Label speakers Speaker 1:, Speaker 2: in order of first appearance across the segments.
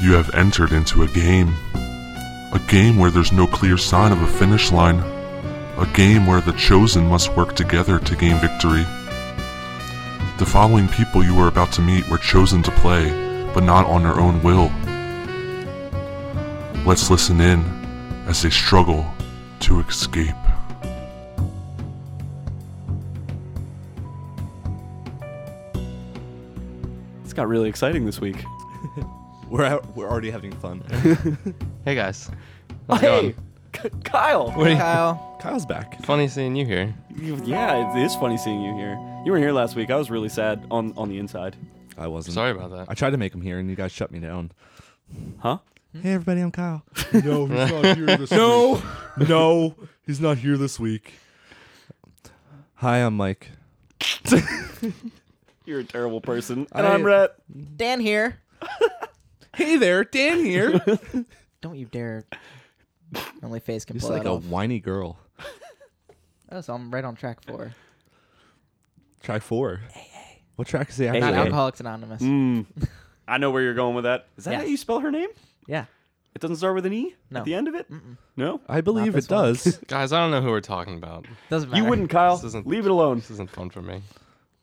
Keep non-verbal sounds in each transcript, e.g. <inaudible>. Speaker 1: You have entered into a game. A game where there's no clear sign of a finish line. A game where the chosen must work together to gain victory. The following people you are about to meet were chosen to play, but not on their own will. Let's listen in as they struggle to escape.
Speaker 2: It's got really exciting this week.
Speaker 3: We're out, we're already having fun.
Speaker 4: Hey guys.
Speaker 2: Oh,
Speaker 4: How's it
Speaker 2: hey,
Speaker 4: going?
Speaker 2: K- Kyle.
Speaker 4: What do you-
Speaker 3: Kyle. Kyle's back.
Speaker 4: Funny seeing you here.
Speaker 2: You- Yeah, it is funny seeing you here. You weren't here last week. I was really sad on on the inside.
Speaker 3: I wasn't.
Speaker 4: Sorry about that.
Speaker 3: I tried to make him here, and you guys shut me down.
Speaker 2: Huh?
Speaker 3: Hey everybody, I'm Kyle.
Speaker 5: No, he's not
Speaker 3: <laughs>
Speaker 5: here this week.
Speaker 3: no, he's not here this week. Hi, I'm Mike.
Speaker 2: You're a terrible <laughs> person.
Speaker 3: I-
Speaker 2: And I, am Rhett.
Speaker 6: Dan here.
Speaker 3: Hey there, Dan <laughs> here.
Speaker 6: Don't you dare. Only face can
Speaker 3: Just
Speaker 6: pull
Speaker 3: like
Speaker 6: that
Speaker 3: a
Speaker 6: off.
Speaker 3: whiny girl.
Speaker 6: Oh, so I'm right on track four.
Speaker 3: Try four. What track is the actual?
Speaker 6: Not
Speaker 3: Hey,
Speaker 6: Alcoholics Anonymous.
Speaker 2: Mm, I know where you're going with that. Is that
Speaker 6: Yeah.
Speaker 2: how you spell her name?
Speaker 6: Yeah.
Speaker 2: It doesn't start with an E
Speaker 6: No.
Speaker 2: at the end of it?
Speaker 6: Mm-mm.
Speaker 2: No?
Speaker 3: I believe
Speaker 6: Not
Speaker 3: it
Speaker 6: this one.
Speaker 3: does.
Speaker 4: Guys, I don't know who we're talking about.
Speaker 6: Doesn't matter.
Speaker 2: You wouldn't, Kyle.
Speaker 4: This isn't-
Speaker 2: Leave it alone.
Speaker 4: This isn't fun for me.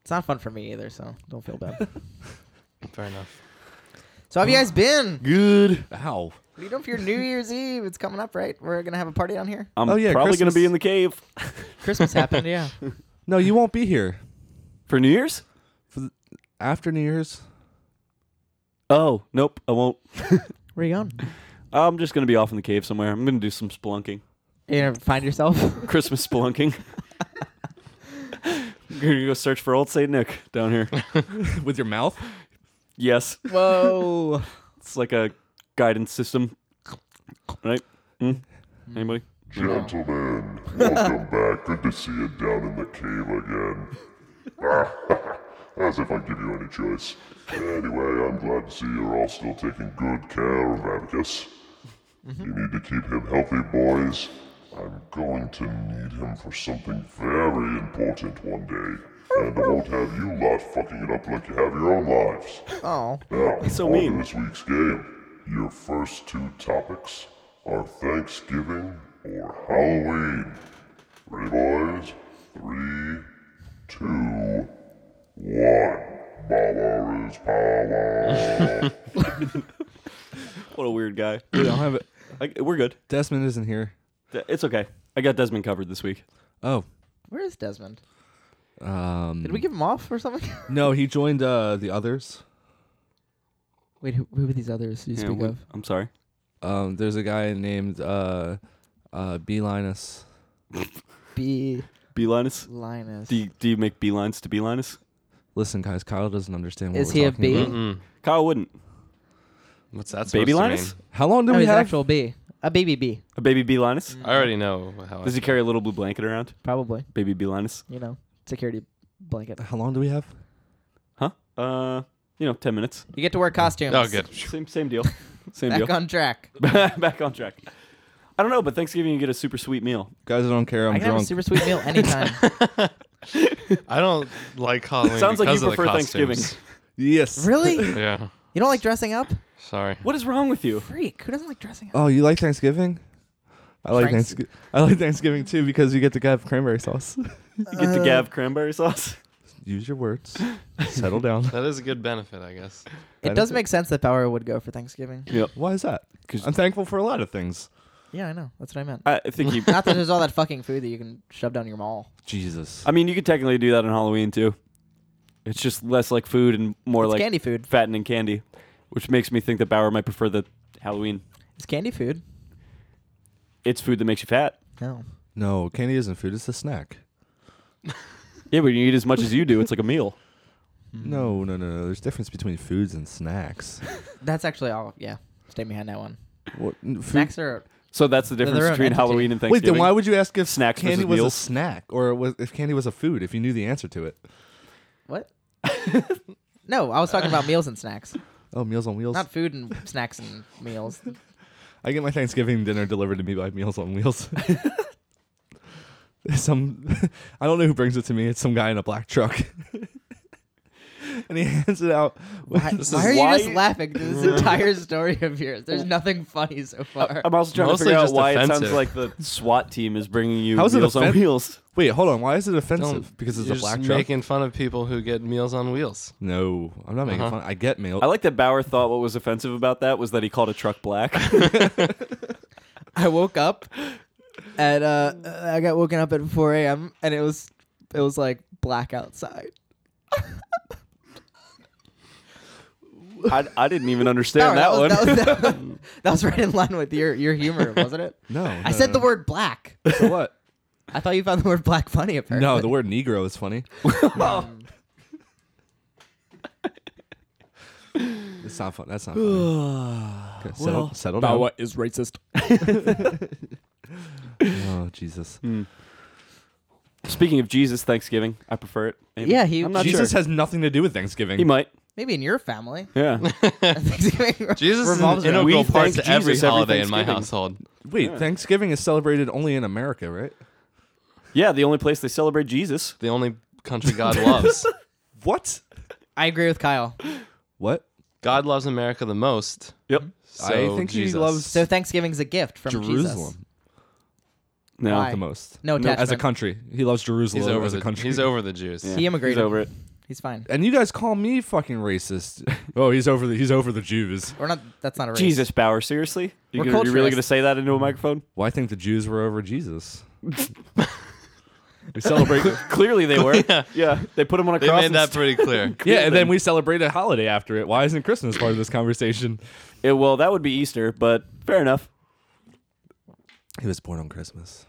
Speaker 6: It's not fun for me either, so don't feel bad.
Speaker 4: Fair enough.
Speaker 6: so how have you guys been?
Speaker 3: <laughs> Good. Ow.
Speaker 6: What are you doing for your New Year's Eve? It's coming up, right? We're gonna have a party down here.
Speaker 2: I'm
Speaker 3: Oh, yeah,
Speaker 2: probably going to be
Speaker 3: Christmas.
Speaker 2: in the cave.
Speaker 6: Christmas happened, yeah.
Speaker 3: No, you won't be here
Speaker 2: For New Year's?
Speaker 3: after New Year's.
Speaker 2: Oh, nope, I won't.
Speaker 6: <laughs> Where are you going?
Speaker 2: I'm just going to be off in the cave somewhere. I'm going to do some spelunking.
Speaker 6: You gonna find yourself?
Speaker 2: Christmas
Speaker 6: <laughs>
Speaker 2: spelunking. <laughs> I'm going to go search for old St. Nick down here.
Speaker 3: With your mouth?
Speaker 2: Yes.
Speaker 6: Whoa.
Speaker 2: <laughs> It's like a guidance system, right? Mm?
Speaker 6: Hmm.
Speaker 2: Anybody?
Speaker 5: Gentlemen, welcome back. Good to see you down in the cave again. Ah. As if I give you any choice. Anyway, I'm glad to see you're all still taking good care of Atticus.
Speaker 2: Mm-hmm.
Speaker 5: You need to keep him healthy, boys. I'm going to need him for something very important one day. And I won't have you lot fucking it up like you have your own lives.
Speaker 6: Oh.
Speaker 5: Now,
Speaker 2: so
Speaker 5: on to
Speaker 2: mean.
Speaker 5: this week's game. Your first two topics are Thanksgiving or Halloween. Ready, boys? Three, two, one. Baba is power.
Speaker 2: What a weird guy.
Speaker 3: We don't have it.
Speaker 2: I, we're good.
Speaker 3: Desmond isn't here.
Speaker 2: D- It's okay. I got Desmond covered this week.
Speaker 3: Oh.
Speaker 6: Where is Desmond?
Speaker 3: Um,
Speaker 6: Did we give him off or something? <laughs>
Speaker 3: no, he joined uh, the others.
Speaker 6: Wait, who, who were these others you
Speaker 2: Yeah,
Speaker 6: speak
Speaker 2: we-
Speaker 6: of?
Speaker 2: I'm sorry.
Speaker 3: Um, there's a guy named uh, uh, B Linus.
Speaker 6: B
Speaker 2: Beelinus.
Speaker 6: Linus. Oh,
Speaker 2: Do you, do you make beelines to beelinus?
Speaker 3: Listen, guys, Kyle doesn't understand what
Speaker 6: Is
Speaker 3: we're
Speaker 6: he a
Speaker 3: talking
Speaker 6: bee?
Speaker 3: about.
Speaker 4: Mm.
Speaker 2: Kyle wouldn't.
Speaker 4: What's that supposed
Speaker 2: Baby
Speaker 4: to
Speaker 2: Linus?
Speaker 3: How long do
Speaker 6: no,
Speaker 3: we
Speaker 6: he's an
Speaker 3: have?
Speaker 6: Oh, actual bee. A baby bee,
Speaker 2: A baby beelinus?
Speaker 4: mean? I already know how
Speaker 2: Does he carry a little blue blanket around?
Speaker 6: Mm, probably.
Speaker 2: Baby beelinus?
Speaker 6: You know, security blanket.
Speaker 3: How long do we have?
Speaker 2: Huh? Uh, you know, 10 minutes.
Speaker 6: You get to wear costumes.
Speaker 4: Oh, good.
Speaker 2: Same same
Speaker 6: <laughs>
Speaker 2: deal. Same
Speaker 6: Back
Speaker 2: deal.
Speaker 6: on track.
Speaker 2: <laughs> Back on track. I don't know, but Thanksgiving you get a super sweet meal.
Speaker 3: Guys, I don't care. I'm
Speaker 6: I can have a
Speaker 3: drunk.
Speaker 6: super sweet meal
Speaker 2: <laughs>
Speaker 6: anytime.
Speaker 4: Oh, <laughs> I don't like Halloween
Speaker 2: Sounds like you
Speaker 4: because of the
Speaker 2: prefer Thanksgiving.
Speaker 4: costumes.
Speaker 3: yes.
Speaker 6: really?
Speaker 4: <laughs>
Speaker 6: You
Speaker 4: yeah.
Speaker 2: <laughs>
Speaker 6: don't like dressing up?
Speaker 4: Sorry.
Speaker 2: What is wrong with you?
Speaker 6: Freak. Who doesn't like dressing up?
Speaker 3: Oh, you like Thanksgiving? I like
Speaker 6: Frank's-
Speaker 3: Thanksgiving. I like Thanksgiving too because you get to have cranberry sauce.
Speaker 2: You get to
Speaker 6: Uh,
Speaker 2: Gav cranberry sauce?
Speaker 3: <laughs> Use your words. <laughs> Settle down.
Speaker 4: That is a good benefit, I guess.
Speaker 6: It does make sense that Bauer would go for Thanksgiving.
Speaker 3: Why is that?
Speaker 2: 'Cause-
Speaker 3: I'm thankful for a lot of things.
Speaker 6: Yeah, I know. That's what I
Speaker 2: <laughs>
Speaker 6: meant.
Speaker 2: I I think you.
Speaker 6: Not that there's all that fucking food that you can shove down your maul.
Speaker 3: Jesus.
Speaker 2: I mean, you could technically do that on Halloween too. It's just less like food and more
Speaker 6: it's
Speaker 2: like
Speaker 6: candy food.
Speaker 2: fattening candy, which makes me think that Bauer might prefer the Halloween.
Speaker 6: It's candy food.
Speaker 2: It's food that makes you fat.
Speaker 6: No.
Speaker 3: No, candy isn't food. It's a snack.
Speaker 2: Yeah, but you eat as much as you do. It's like a meal.
Speaker 3: No, no, no, no. There's difference between foods and snacks.
Speaker 6: That's actually all. Yeah. Stay behind that one.
Speaker 3: what, n- food-
Speaker 6: Snacks are.
Speaker 2: So that's the
Speaker 6: They're
Speaker 2: difference
Speaker 6: their own
Speaker 2: between
Speaker 6: entity.
Speaker 2: Halloween and
Speaker 3: Wait,
Speaker 2: Thanksgiving.
Speaker 3: then why would you ask if
Speaker 2: Snacks
Speaker 3: candy
Speaker 2: versus
Speaker 3: was
Speaker 2: meals?
Speaker 3: a snack or was, if candy was a food if you knew the answer to it?
Speaker 6: What? no, I was talking about meals and
Speaker 2: <laughs>
Speaker 6: snacks.
Speaker 3: Oh, Meals on Wheels.
Speaker 6: Not food and snacks and meals.
Speaker 3: I get my Thanksgiving dinner delivered to me by Meals on Wheels. <laughs> some <laughs> I don't know who brings it to me. It's some guy in a black truck. <laughs> and he hands it out. with-
Speaker 6: Why,
Speaker 4: This
Speaker 6: why
Speaker 4: is
Speaker 6: are
Speaker 2: why-
Speaker 6: you just laughing
Speaker 2: <laughs>
Speaker 6: to this entire story of yours? There's nothing funny so far.
Speaker 2: I'm also trying
Speaker 4: Mostly
Speaker 2: to figure out
Speaker 4: just
Speaker 2: why it
Speaker 4: offensive.
Speaker 2: sounds like the SWAT team is bringing you
Speaker 3: How's it
Speaker 2: Meals on
Speaker 3: offen-
Speaker 2: Wheels.
Speaker 3: Wait, hold on. Why is it offensive?
Speaker 4: Don't-
Speaker 3: because it's
Speaker 4: you're
Speaker 3: a black
Speaker 4: just
Speaker 3: truck.
Speaker 4: making fun of people who get meals on wheels.
Speaker 3: No, I'm not making
Speaker 4: Uh-huh.
Speaker 3: fun. I get mail.
Speaker 2: I like that Bauer thought what was offensive about that was that he called a truck
Speaker 3: <laughs>
Speaker 2: black.
Speaker 6: <laughs> I woke up at uh, I got woken up at 4 a.m. and it was it was like black outside.
Speaker 2: I, I didn't even understand that,
Speaker 6: Bauer,
Speaker 2: one.
Speaker 6: was, That
Speaker 2: <laughs>
Speaker 6: was, that, that was right in line with your your humor, wasn't it?
Speaker 3: no,
Speaker 6: I said the word black.
Speaker 3: So what?
Speaker 6: I thought you found the word black funny. Apparently,
Speaker 3: <laughs> No, the word Negro is funny. it's not fun. That's not
Speaker 6: <sighs>
Speaker 3: funny. Okay, settle, settle down.
Speaker 7: is
Speaker 6: <laughs>
Speaker 7: racist.
Speaker 3: Oh Jesus!
Speaker 6: Hmm.
Speaker 2: <laughs> Speaking of Jesus, Thanksgiving, I prefer it. Maybe.
Speaker 6: Yeah, he-
Speaker 2: I'm not
Speaker 3: Jesus
Speaker 2: sure.
Speaker 3: has nothing to do with Thanksgiving.
Speaker 2: he might.
Speaker 6: maybe in your family. <laughs>
Speaker 2: Yeah. <laughs>
Speaker 4: Jesus is an
Speaker 6: revolves around-
Speaker 4: integral
Speaker 2: We
Speaker 4: part
Speaker 2: thank
Speaker 4: to every
Speaker 2: Jesus every
Speaker 4: holiday in my
Speaker 2: Thanksgiving.
Speaker 4: household.
Speaker 3: Wait, Thanksgiving is celebrated only in America, right?
Speaker 2: yeah, the only place they celebrate Jesus.
Speaker 4: The only country God loves.
Speaker 3: What?
Speaker 6: I agree with Kyle.
Speaker 3: What?
Speaker 4: God loves America the most.
Speaker 2: Yep.
Speaker 4: So
Speaker 3: I think
Speaker 4: Jesus.
Speaker 3: he loves
Speaker 6: So Thanksgiving's a gift from Jesus.
Speaker 3: Jerusalem
Speaker 2: No.
Speaker 6: Why?
Speaker 3: the most.
Speaker 6: No attachment.
Speaker 3: as a country, he loves Jerusalem
Speaker 4: He's over
Speaker 3: as
Speaker 4: the
Speaker 3: a country.
Speaker 4: He's over the Jews.
Speaker 2: Yeah,
Speaker 6: He immigrated.
Speaker 2: He's over it.
Speaker 6: He's fine.
Speaker 3: And you guys call me fucking racist. oh, he's over the he's over the Jews.
Speaker 6: We're not. That's not a race.
Speaker 2: Jesus, Bauer, seriously? You
Speaker 6: We're
Speaker 2: gonna- you really
Speaker 6: culturist.
Speaker 2: going to say that into a
Speaker 3: <laughs>
Speaker 2: microphone?
Speaker 3: Well, I think the Jews were over Jesus. <laughs> we celebrate.
Speaker 2: <laughs> Clearly they were. yeah. They put him on a
Speaker 4: They
Speaker 2: cross.
Speaker 4: made
Speaker 2: and
Speaker 4: that
Speaker 2: st-
Speaker 4: pretty
Speaker 2: <laughs>
Speaker 4: clear.
Speaker 3: <laughs>
Speaker 4: <laughs>
Speaker 3: yeah, and then we celebrate a holiday after it. Why isn't Christmas part of this conversation?
Speaker 2: Yeah, well, that would be Easter, but fair enough.
Speaker 3: He was born on Christmas.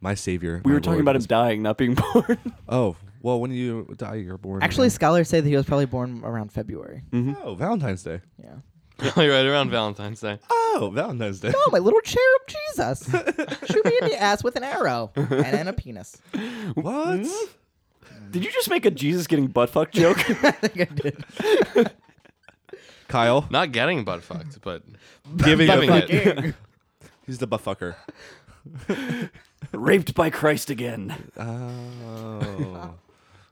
Speaker 3: My savior.
Speaker 2: We
Speaker 3: my
Speaker 2: were talking
Speaker 3: Lord,
Speaker 2: about him
Speaker 3: was-
Speaker 2: dying, not being <laughs> born.
Speaker 3: Oh, well, when you die, you're born.
Speaker 6: Actually,
Speaker 3: again.
Speaker 6: scholars say that he was probably born around February.
Speaker 2: Mm.
Speaker 3: oh, Valentine's Day.
Speaker 6: Yeah.
Speaker 4: Probably right around Valentine's Day.
Speaker 3: Oh, Valentine's Day.
Speaker 6: Oh, my little cherub Jesus. Shoot me in the ass with an arrow and then a penis.
Speaker 3: <laughs> what?
Speaker 2: Did you just make a Jesus getting butt fucked joke? <laughs>
Speaker 6: I think I did.
Speaker 3: <laughs> Kyle,
Speaker 4: Not getting butt fucked,
Speaker 2: <laughs>
Speaker 4: but
Speaker 3: <laughs> giving
Speaker 4: loving
Speaker 3: a fuck.
Speaker 4: it.
Speaker 3: <laughs> He's the buffucker.
Speaker 2: Raped by Christ again.
Speaker 3: Oh,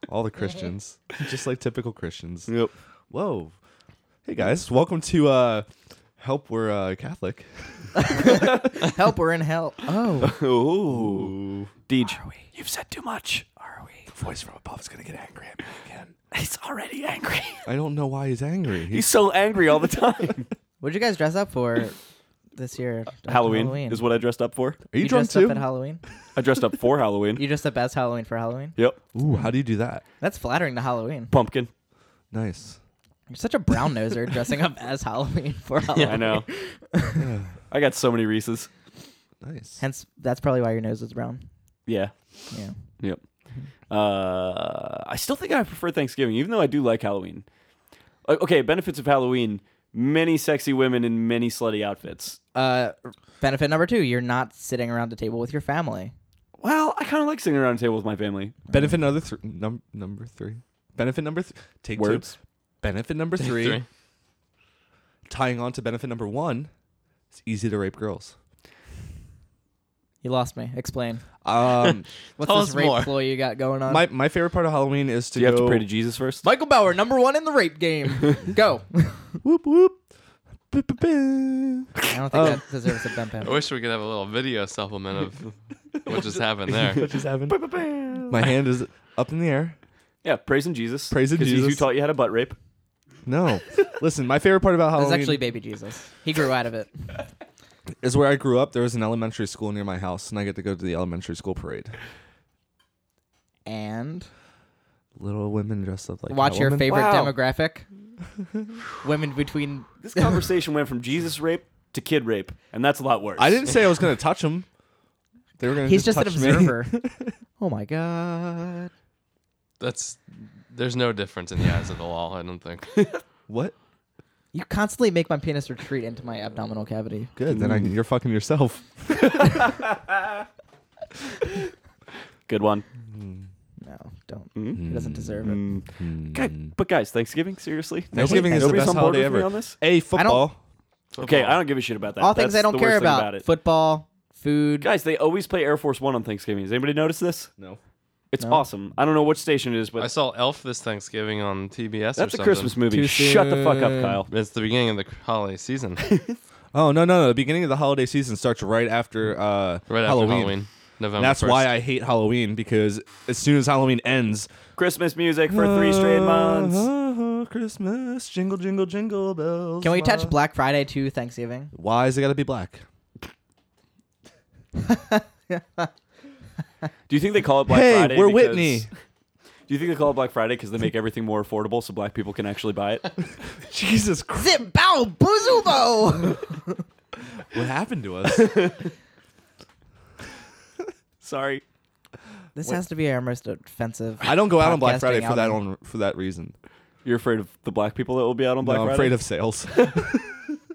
Speaker 3: all the Christians, just like typical Christians.
Speaker 2: Yep.
Speaker 3: Whoa. Hey guys, welcome to uh Help We're uh, Catholic.
Speaker 6: Help, we're in hell. Oh.
Speaker 2: Ooh. <laughs> Deej. You've said too much.
Speaker 3: The voice from above is gonna get angry at me again.
Speaker 2: He's already angry. <laughs>
Speaker 3: I don't know why he's angry. He's,
Speaker 2: He's so angry all the
Speaker 6: <laughs>
Speaker 2: time.
Speaker 6: What'd you guys dress up for this year?
Speaker 2: Uh, Halloween, is what I dressed up for.
Speaker 3: are you,
Speaker 6: you
Speaker 3: drunk
Speaker 6: dressed
Speaker 3: too?
Speaker 6: up at Halloween?
Speaker 2: I dressed up for Halloween.
Speaker 6: You dressed up as Halloween for Halloween?
Speaker 2: Yep.
Speaker 3: Ooh, how do you do that?
Speaker 6: That's flattering to Halloween.
Speaker 2: Pumpkin.
Speaker 3: <laughs> Nice.
Speaker 6: You're such a brown noser dressing up as Halloween for Halloween.
Speaker 2: I know. I got so many Reese's.
Speaker 3: Nice.
Speaker 6: Hence, that's probably why your nose is brown.
Speaker 2: Yeah.
Speaker 6: Yeah.
Speaker 2: Yep. Uh, I still think I prefer Thanksgiving, even though I do like Halloween. O- Okay, benefits of Halloween: many sexy women in many slutty outfits.
Speaker 6: Uh, benefit number two, you're not sitting around a table with your family.
Speaker 2: Well, I kind of like sitting around a table with my family.
Speaker 3: Benefit number three. Num- number three. Benefit number th- take two.
Speaker 2: Words.
Speaker 3: Benefit number three,
Speaker 4: Three.
Speaker 3: Tying on to benefit number one, it's easy to rape girls.
Speaker 6: You lost me. Explain.
Speaker 3: <laughs> Um,
Speaker 6: What's
Speaker 4: Tell
Speaker 6: this
Speaker 4: us
Speaker 6: rape
Speaker 4: more.
Speaker 6: ploy you got going on?
Speaker 3: my my favorite part of Halloween is to
Speaker 2: Do you have
Speaker 3: go
Speaker 2: to pray to Jesus first?
Speaker 6: Michael Bauer, number one in the
Speaker 2: <laughs>
Speaker 6: rape game. Go.
Speaker 3: whoop whoop. Ba-ba-ba.
Speaker 6: I don't think
Speaker 3: Oh.
Speaker 6: that deserves a bump
Speaker 3: <laughs>
Speaker 4: I wish we could have a little video supplement
Speaker 2: <laughs>
Speaker 4: of what just happened there.
Speaker 3: What just happened? My hand is up in the air.
Speaker 2: Yeah, praising Jesus.
Speaker 3: Praising
Speaker 2: 'cause he's Who
Speaker 3: Jesus.
Speaker 2: taught you how to butt rape?
Speaker 3: <laughs> No. Listen, my favorite part about
Speaker 6: It was
Speaker 3: Halloween
Speaker 6: actually baby Jesus. He grew out of it.
Speaker 3: is where I grew up. There was an elementary school near my house, and I get to go to the elementary school parade.
Speaker 6: And
Speaker 3: Little women dressed up like
Speaker 6: watch your
Speaker 3: Catwoman.
Speaker 6: favorite
Speaker 2: Wow.
Speaker 6: demographic. Women between
Speaker 2: This
Speaker 6: <laughs>
Speaker 2: conversation went from Jesus rape to kid rape, and that's a lot worse.
Speaker 3: I didn't say I was going to touch them. They were going to.
Speaker 6: He's just, an
Speaker 3: touch me.
Speaker 6: observer. oh my god.
Speaker 4: That's there's no difference in the eyes of the law. I don't think.
Speaker 3: <laughs> What?
Speaker 6: You constantly make my penis retreat into my abdominal cavity.
Speaker 3: Good. Then I,
Speaker 2: Hmm.
Speaker 3: you're fucking yourself.
Speaker 2: Good one.
Speaker 6: No, don't.
Speaker 3: Mm-hmm.
Speaker 6: He doesn't deserve
Speaker 3: Mm.
Speaker 6: it.
Speaker 2: Okay, Mm. but guys, Thanksgiving seriously?
Speaker 3: Thanksgiving is the
Speaker 2: Nobody's
Speaker 3: best
Speaker 2: on board
Speaker 3: holiday
Speaker 2: with me
Speaker 3: ever.
Speaker 2: on this?
Speaker 3: A football.
Speaker 2: <laughs> Okay, I don't give a shit about that.
Speaker 6: All things
Speaker 2: That's
Speaker 6: I don't
Speaker 2: the
Speaker 6: care
Speaker 2: worst thing
Speaker 6: about.
Speaker 2: it.
Speaker 6: Football, food.
Speaker 2: Guys, they always play Air Force One on Thanksgiving. Has anybody noticed this?
Speaker 3: No.
Speaker 2: It's
Speaker 6: No.
Speaker 2: awesome. I don't know which station it is,
Speaker 4: I
Speaker 2: but
Speaker 4: saw Elf this Thanksgiving on TBS.
Speaker 2: that's
Speaker 4: or
Speaker 2: a
Speaker 4: something.
Speaker 2: Christmas movie.
Speaker 6: Too
Speaker 2: Shut the fuck up,
Speaker 6: soon.
Speaker 2: Kyle.
Speaker 4: It's the beginning of the
Speaker 2: <laughs>
Speaker 4: holiday season,
Speaker 3: Oh no no no! The beginning of the holiday season starts right after uh,
Speaker 4: right after
Speaker 3: Halloween.
Speaker 4: Halloween, November.
Speaker 3: And that's why
Speaker 4: 1st.
Speaker 3: I hate Halloween because as soon as Halloween ends,
Speaker 2: Christmas music for three
Speaker 6: Uh-huh.
Speaker 2: straight months.
Speaker 3: <laughs> Christmas jingle jingle jingle bells.
Speaker 6: Can we attach Black Friday to Thanksgiving?
Speaker 3: Why is it gotta be black?
Speaker 2: Do you think they call it Black
Speaker 3: hey,
Speaker 2: Friday?
Speaker 3: we're
Speaker 2: because-
Speaker 3: Whitney.
Speaker 2: <laughs> Do you think they call it Black Friday because they make everything more affordable so black people can actually buy
Speaker 6: <laughs>
Speaker 2: it?
Speaker 3: Jesus Christ!
Speaker 6: Zip bow boozlebo.
Speaker 3: What happened to us?
Speaker 2: Sorry.
Speaker 6: this has to be our most offensive.
Speaker 3: I don't go out on Black
Speaker 6: podcasting
Speaker 3: Friday for that
Speaker 6: outing.
Speaker 3: on for that reason.
Speaker 2: You're afraid of the black people that will be out on Black
Speaker 3: no, I'm
Speaker 2: Friday?
Speaker 3: afraid of sales. <laughs>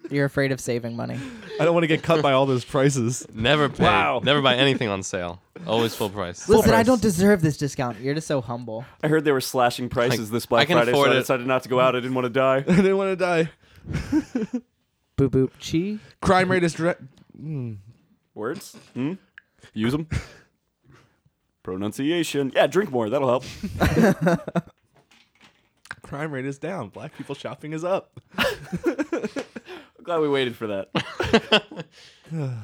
Speaker 6: You're afraid of saving money.
Speaker 3: I don't want to get cut by all those prices.
Speaker 4: never pay,
Speaker 2: Wow.
Speaker 4: never buy
Speaker 2: <laughs>
Speaker 4: anything on sale. Always full price.
Speaker 6: Listen, I
Speaker 3: price.
Speaker 6: don't deserve this discount. You're just so humble.
Speaker 2: I heard they were slashing prices
Speaker 4: Like,
Speaker 2: this
Speaker 4: I
Speaker 2: Black
Speaker 4: can
Speaker 2: Friday, so
Speaker 4: afford
Speaker 2: I
Speaker 4: it.
Speaker 2: decided not to go out. I didn't want to die.
Speaker 3: I didn't want to die.
Speaker 6: Boop boop chi.
Speaker 3: Crime rate is direct.
Speaker 2: Words? Hmm? Use them. Pronunciation. Yeah, drink more. That'll help.
Speaker 3: Crime rate is down. Black people shopping is up.
Speaker 2: Glad we waited for that.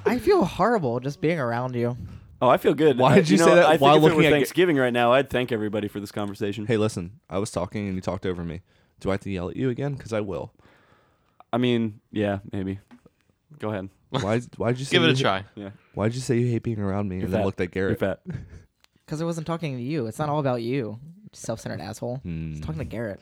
Speaker 6: I feel horrible just being around you.
Speaker 2: <laughs> Oh, I feel good.
Speaker 3: Why
Speaker 2: I-
Speaker 3: did you
Speaker 2: know,
Speaker 3: say that
Speaker 2: I think
Speaker 3: while
Speaker 2: if
Speaker 3: looking
Speaker 2: it were
Speaker 3: at-
Speaker 2: Thanksgiving right now, I'd thank everybody for this conversation.
Speaker 3: Hey, listen. I was talking and you talked over me. Do I have to yell at you again? Because I will.
Speaker 2: I mean, yeah, maybe. Go ahead.
Speaker 3: Why? Why'd you say
Speaker 4: Give it
Speaker 3: you
Speaker 4: a
Speaker 3: ha-
Speaker 4: try.
Speaker 2: Yeah.
Speaker 3: Why'd you say you hate being around me? and then
Speaker 2: fat.
Speaker 3: looked at
Speaker 2: You're
Speaker 3: Garrett.
Speaker 2: fat.
Speaker 6: Because I wasn't talking to you. It's not all about you. Self-centered asshole. I
Speaker 3: Hmm.
Speaker 6: was talking to Garrett.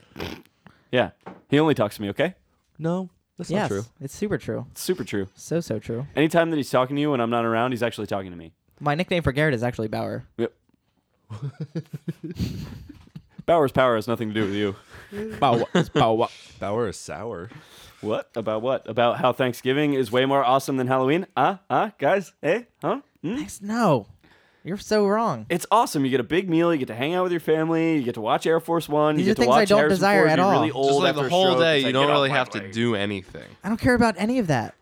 Speaker 2: Yeah. He only talks to me, okay?
Speaker 3: No, that's
Speaker 6: yes,
Speaker 3: not true.
Speaker 6: <laughs> it's super true.
Speaker 2: It's super true.
Speaker 6: So so true.
Speaker 2: Anytime that he's talking to you and I'm not around, he's actually talking to me.
Speaker 6: My nickname for Garrett is actually Bauer.
Speaker 2: Yep. Bauer's power has nothing to do with you.
Speaker 3: Bow, <laughs> bow, Bauer is sour.
Speaker 2: What? About what? About how Thanksgiving is way more awesome than Halloween? Ah, ah, guys? Eh? Huh? Hmm?
Speaker 6: Thanks. No, you're so wrong.
Speaker 2: It's awesome. You get a big meal. You get to hang out with your family. You get to watch Air Force One.
Speaker 6: These
Speaker 2: you get
Speaker 6: are
Speaker 2: to
Speaker 6: things I
Speaker 2: watch
Speaker 6: don't
Speaker 2: Harrison
Speaker 6: desire
Speaker 2: Ford
Speaker 6: at
Speaker 2: be
Speaker 6: all.
Speaker 2: Really
Speaker 6: Just
Speaker 2: old
Speaker 4: Just like
Speaker 2: after
Speaker 4: the
Speaker 2: a
Speaker 4: whole
Speaker 2: stroke.
Speaker 4: day,
Speaker 2: It's
Speaker 4: you
Speaker 2: like,
Speaker 4: don't
Speaker 2: get off
Speaker 4: really
Speaker 2: my
Speaker 4: have to
Speaker 2: leg.
Speaker 4: do anything.
Speaker 6: I don't care about any of that.